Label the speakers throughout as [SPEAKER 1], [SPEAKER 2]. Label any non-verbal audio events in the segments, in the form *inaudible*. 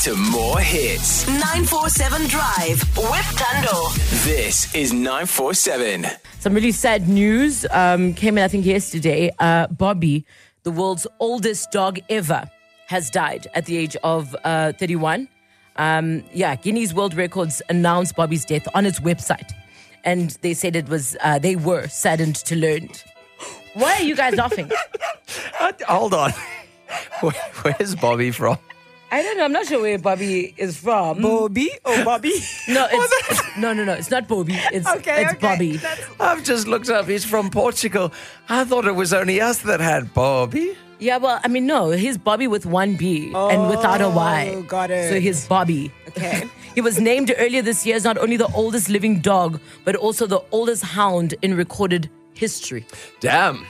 [SPEAKER 1] to more hits.
[SPEAKER 2] 947 Drive with Tando.
[SPEAKER 1] This is 947.
[SPEAKER 3] Some really sad news um, came in, I think, yesterday. Uh, Bobby, the world's oldest dog ever, has died at the age of uh, 31. Um, yeah, Guinness World Records announced Bobby's death on its website. And they said it was, uh, they were saddened to learn. Why are you guys laughing?
[SPEAKER 4] Uh, Hold on. *laughs* Where, where's Bobby from?
[SPEAKER 3] *laughs* I don't know. I'm not sure where Bobby is from.
[SPEAKER 4] Bobby? Oh, Bobby. *laughs*
[SPEAKER 3] no, it's, no, no, no. It's not Bobby. It's,
[SPEAKER 4] Okay,
[SPEAKER 3] it's
[SPEAKER 4] okay.
[SPEAKER 3] Bobby.
[SPEAKER 4] I've just looked up. He's from Portugal. I thought it was only us that had Bobby.
[SPEAKER 3] Yeah, well, I mean, no, he's Bobby with one B and without a Y.
[SPEAKER 5] Oh, got it.
[SPEAKER 3] So he's Bobby.
[SPEAKER 5] Okay.
[SPEAKER 3] *laughs* he was named earlier this year as not only the oldest living dog, but also the oldest hound in recorded history.
[SPEAKER 4] Damn.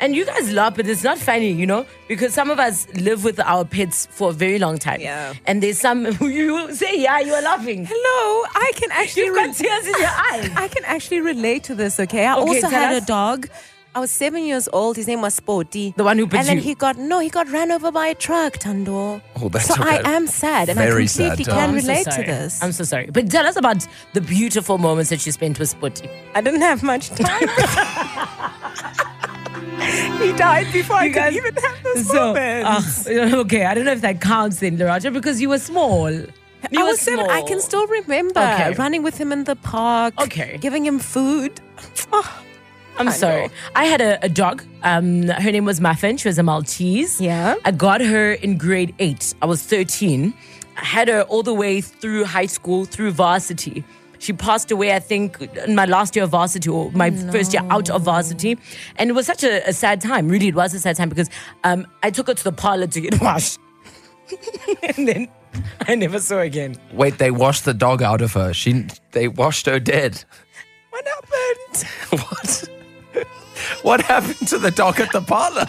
[SPEAKER 3] And you guys laugh, but it's not funny, you know, because some of us live with our pets for a very long time.
[SPEAKER 5] Yeah.
[SPEAKER 3] And there's some *laughs* you say, yeah, you are laughing.
[SPEAKER 5] Hello, I can actually
[SPEAKER 3] You've got
[SPEAKER 5] re-
[SPEAKER 3] tears in
[SPEAKER 5] *laughs*
[SPEAKER 3] your eyes.
[SPEAKER 5] I can actually relate to this, okay? I
[SPEAKER 3] Okay,
[SPEAKER 5] also
[SPEAKER 3] tell
[SPEAKER 5] had
[SPEAKER 3] us.
[SPEAKER 5] a dog. I was seven years old. His name was Sporty.
[SPEAKER 3] The one who bit
[SPEAKER 5] And then
[SPEAKER 3] you.
[SPEAKER 5] he got no, he got ran over by a truck, Tando.
[SPEAKER 4] Oh, that's
[SPEAKER 5] so
[SPEAKER 4] okay.
[SPEAKER 5] I am sad, and
[SPEAKER 4] Very
[SPEAKER 5] I completely
[SPEAKER 4] sad, Tando.
[SPEAKER 5] can
[SPEAKER 3] I'm so
[SPEAKER 5] relate to
[SPEAKER 3] sorry.
[SPEAKER 5] this.
[SPEAKER 3] I'm so sorry. But tell us about the beautiful moments that you spent with Spotty.
[SPEAKER 5] I didn't have much time. *laughs* he died before I
[SPEAKER 3] guys-
[SPEAKER 5] could even have this
[SPEAKER 3] So,
[SPEAKER 5] moment.
[SPEAKER 3] uh, *laughs* okay, I don't know if that counts then, Laraja, because you were small. You
[SPEAKER 5] I
[SPEAKER 3] were
[SPEAKER 5] was seven. I can
[SPEAKER 3] small.
[SPEAKER 5] still remember
[SPEAKER 3] Okay.
[SPEAKER 5] running with him in the park.
[SPEAKER 3] Okay.
[SPEAKER 5] Giving him food. Oh,
[SPEAKER 3] I'm sorry. I had a, a dog. Um, her name was Muffin. She was a Maltese.
[SPEAKER 5] Yeah.
[SPEAKER 3] I got her in grade eight. I was 13. I had her all the way through high school, through varsity. She passed away, I think, in my last year of varsity or my first year out of varsity. And it was such a, a sad time. Really, it was a sad time because um, I took her to the parlor to get *laughs* washed. and then I never saw her again.
[SPEAKER 4] Wait, they washed the dog out of her. She, they washed her dead. *laughs*
[SPEAKER 5] what happened?
[SPEAKER 4] What? what happened to the dog at the parlor?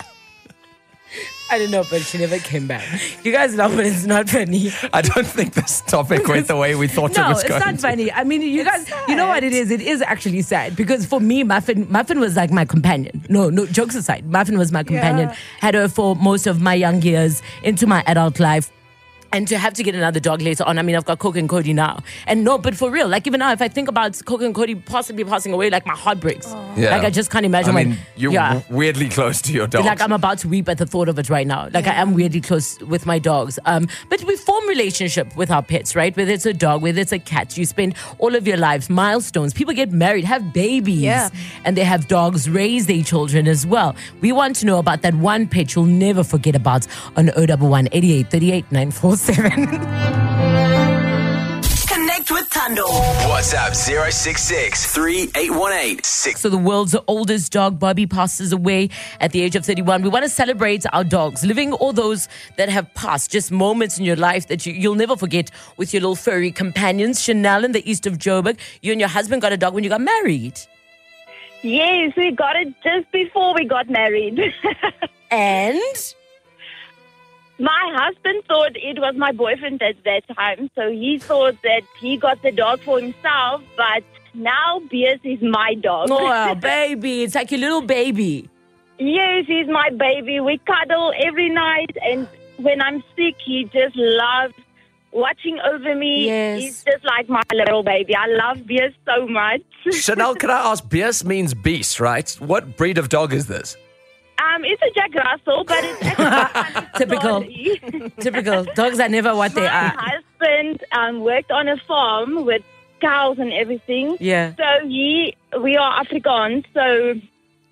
[SPEAKER 3] I don't know, but she never came back. You guys laugh, but it's not funny.
[SPEAKER 4] I don't think this topic went the way we thought
[SPEAKER 3] No,
[SPEAKER 4] it was
[SPEAKER 3] it's
[SPEAKER 4] going.
[SPEAKER 3] not
[SPEAKER 4] to.
[SPEAKER 3] funny. I mean, you guys, you know what it is? It is actually sad because for me, Muffin, Muffin was like my companion. No, no, jokes aside, Muffin was my companion. Had her for most of my young years into my adult life. And to have to get another dog later on, I mean, I've got Coke and Cody now. And no, but for real, like even now, if I think about Coke and Cody possibly passing away, like my heart breaks.
[SPEAKER 4] Yeah.
[SPEAKER 3] Like I just can't imagine.
[SPEAKER 4] I
[SPEAKER 3] what-
[SPEAKER 4] mean, you're
[SPEAKER 3] yeah.
[SPEAKER 4] weirdly close to your dog.
[SPEAKER 3] Like I'm about to weep at the thought of it right now. Like I am weirdly close with my dogs. Um, but we form relationship with our pets, right? Whether it's a dog, whether it's a cat, you spend all of your lives milestones. People get married, have babies,
[SPEAKER 5] Yeah.
[SPEAKER 3] and they have dogs raise their children as well. We want to know about that one pet you'll never forget about on 011 88 38 947.
[SPEAKER 2] Connect with Tando.
[SPEAKER 1] WhatsApp 066 3818
[SPEAKER 3] So the world's oldest dog, Bobby, passes away at the age of 31. We want to celebrate our dogs, living all those that have passed, just moments in your life that you, you'll never forget with your little furry companions. Chanel in the east of Joburg, you and your husband got a dog when you got married.
[SPEAKER 6] Yes, we got it just before we got married. *laughs*
[SPEAKER 3] And
[SPEAKER 6] my husband thought it was my boyfriend at that time, so he thought that he got the dog for himself, but now Beers is my dog. *laughs*
[SPEAKER 3] oh, our baby, it's like your little baby.
[SPEAKER 6] yes, he's my baby. We cuddle every night, and when I'm sick, he just loves watching over me.
[SPEAKER 3] Yes.
[SPEAKER 6] He's just like my little baby. I love Beers so much.
[SPEAKER 4] Chanel, can I ask? Beast means beast, right? What breed of dog is this?
[SPEAKER 6] Um, it's a Jack Russell, but it's
[SPEAKER 3] *laughs*
[SPEAKER 6] actually *laughs*
[SPEAKER 3] Typical.
[SPEAKER 6] Sorry.
[SPEAKER 3] Typical dogs are never what they
[SPEAKER 6] My
[SPEAKER 3] are.
[SPEAKER 6] husband um, worked on a farm with cows and everything.
[SPEAKER 3] Yeah.
[SPEAKER 6] So he, we are Afrikaans. So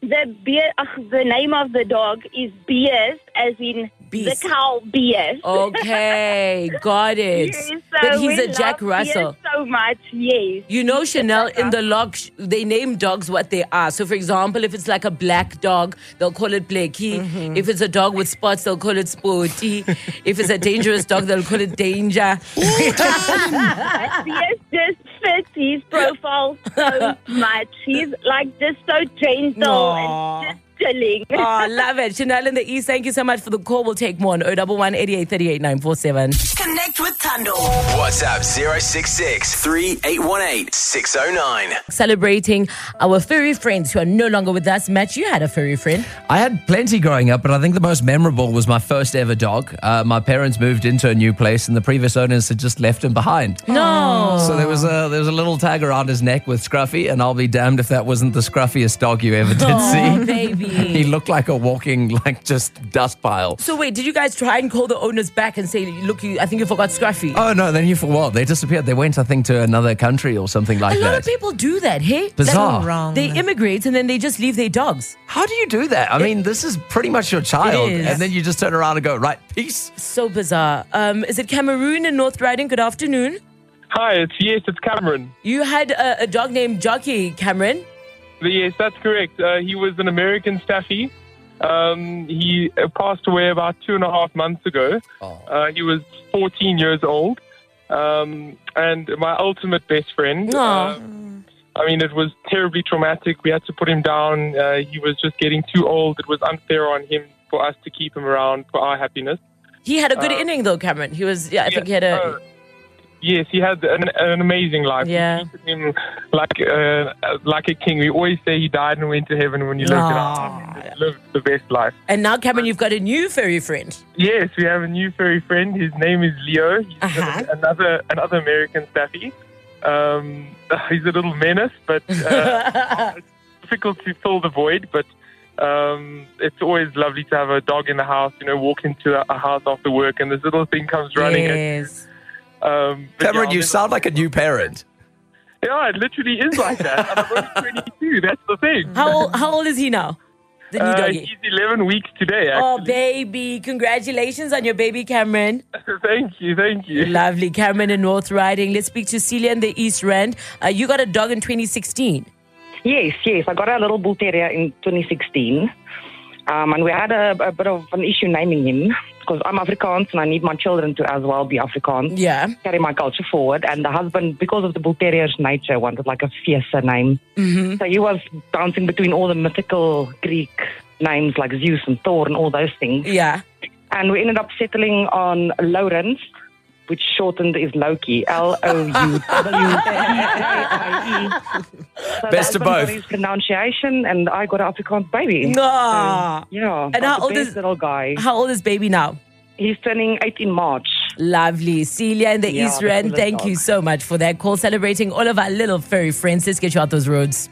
[SPEAKER 6] the beer, uh, the name of the dog is BS, as in
[SPEAKER 3] Beast.
[SPEAKER 6] the cow BS. *laughs*
[SPEAKER 3] Okay, got it.
[SPEAKER 6] Yes, so
[SPEAKER 3] Oh, But he's
[SPEAKER 6] we
[SPEAKER 3] a Jack
[SPEAKER 6] love BS
[SPEAKER 3] Russell.
[SPEAKER 6] so much, yes.
[SPEAKER 3] You know, Chanel, in the log, sh- they name dogs what they are. So, for example, if it's like a black dog, they'll call it Blackie. If it's a dog with spots, they'll call it Sporty. if it's a dangerous dog, they'll call it Danger.
[SPEAKER 6] BS just fits
[SPEAKER 3] *laughs*
[SPEAKER 6] his profile so much. He's like just so gentle and just chilling.
[SPEAKER 3] Oh, I love it. Chanel in the East, thank you so much for the call. We'll take more on 011 88 38 947.
[SPEAKER 2] Connect with Tando.
[SPEAKER 1] WhatsApp 066 3818 609.
[SPEAKER 3] Celebrating our furry friends who are no longer with us. Matt, you had a furry friend.
[SPEAKER 4] I had plenty growing up, but I think the most memorable was my first ever dog. Uh, my parents moved into a new place, and the previous owners had just left him behind.
[SPEAKER 3] No.
[SPEAKER 4] So there was a there was a little tag around his neck with Scruffy, and I'll be damned if that wasn't the scruffiest dog you ever did
[SPEAKER 3] Oh,
[SPEAKER 4] see. He *laughs*
[SPEAKER 3] baby.
[SPEAKER 4] looked like a walking like just dust pile.
[SPEAKER 3] So wait, did you guys try and call the owners back and say, look, you, I think you forgot Scruffy?
[SPEAKER 4] Oh no! Then you for what? They disappeared. They went, I think, to another country or something
[SPEAKER 3] a
[SPEAKER 4] like
[SPEAKER 3] lot
[SPEAKER 4] that.
[SPEAKER 3] of people do that, hey?
[SPEAKER 4] Bizarre.
[SPEAKER 3] Like,
[SPEAKER 5] Wrong.
[SPEAKER 3] They immigrate and then they just leave their dogs.
[SPEAKER 4] How do you do that? I mean, this is pretty much your child,
[SPEAKER 3] is.
[SPEAKER 4] and then you just turn around and go, right, peace.
[SPEAKER 3] So bizarre. Um, is it Cameroon and North Riding? Good afternoon.
[SPEAKER 7] Hi, it's yes, it's Cameron.
[SPEAKER 3] You had a, a dog named Jockey, Cameron.
[SPEAKER 7] Yes, that's correct. Uh, he was an American staffy. Um, he uh, passed away about two and a half months ago. Uh, he was 14 years old, um, and my ultimate best friend.
[SPEAKER 3] Aw.
[SPEAKER 7] Um, I mean, it was terribly traumatic. We had to put him down. Uh, he was just getting too old. It was unfair on him for us to keep him around for our happiness.
[SPEAKER 3] He had a good
[SPEAKER 7] Uh,
[SPEAKER 3] inning though, Cameron. He was, yeah, I think he had a.
[SPEAKER 7] uh, yes, he had an, an amazing life. We
[SPEAKER 3] Yeah.
[SPEAKER 7] treated him like uh, like a king. We always say he died and went to heaven when he lived. in our time. He lived the best life.
[SPEAKER 3] and now, Cameron, you've got a new furry friend.
[SPEAKER 7] Yes, we have a new furry friend. His name is Leo. He's
[SPEAKER 3] Uh-huh.
[SPEAKER 7] another another American staffy. Um, *laughs* he's a little menace, but
[SPEAKER 3] *laughs*
[SPEAKER 7] uh, it's difficult to fill the void. But um, it's always lovely to have a dog in the house. You know, walk into a, a house after work, and this little thing comes running. at
[SPEAKER 3] Yes.
[SPEAKER 7] you. Um, but
[SPEAKER 4] Cameron,
[SPEAKER 7] yeah,
[SPEAKER 4] you
[SPEAKER 7] I'll
[SPEAKER 4] sound like a new parent.
[SPEAKER 7] Yeah, it literally is like that. And
[SPEAKER 3] *laughs*
[SPEAKER 7] I'm only 22. That's the thing.
[SPEAKER 3] How *laughs* old, how old is he now? The new
[SPEAKER 7] Uh,
[SPEAKER 3] doggy.
[SPEAKER 7] he's 11 weeks today,
[SPEAKER 3] Oh,
[SPEAKER 7] actually.
[SPEAKER 3] baby. Congratulations on your baby, Cameron.
[SPEAKER 7] *laughs* thank you, thank you.
[SPEAKER 3] Lovely. Cameron in North Riding. Let's speak to Celia in the East Rand. Uh, you got a dog in 2016.
[SPEAKER 8] Yes, yes. I got a little bull terrier in 2016. Um, and we had a, a bit of an issue naming him because I'm Afrikaans and I need my children to as well be Afrikaans,
[SPEAKER 3] Yeah.
[SPEAKER 8] carry my culture forward. And the husband, because of the bull terrier's nature, wanted like a fiercer name.
[SPEAKER 3] hmm
[SPEAKER 8] So he was bouncing between all the mythical Greek names like Zeus and Thor and all those things.
[SPEAKER 3] Yeah.
[SPEAKER 8] And we ended up settling on Lawrence, which shortened is Loki. L O U W K I E. So
[SPEAKER 4] Best of
[SPEAKER 8] the husband got
[SPEAKER 4] both.
[SPEAKER 8] His pronunciation, and I got an Afrikaans baby.
[SPEAKER 3] Ah.
[SPEAKER 8] Yeah.
[SPEAKER 3] And how
[SPEAKER 8] the
[SPEAKER 3] old
[SPEAKER 8] best
[SPEAKER 3] is-
[SPEAKER 8] little guy?
[SPEAKER 3] How old is baby now?
[SPEAKER 8] He's turning eight in March.
[SPEAKER 3] Lovely. Celia in the
[SPEAKER 8] Yeah,
[SPEAKER 3] East
[SPEAKER 8] the
[SPEAKER 3] Rand,
[SPEAKER 8] coolest
[SPEAKER 3] thank
[SPEAKER 8] dog.
[SPEAKER 3] you so much for that call. Celebrating all of our little furry friends. Let's get you out those roads.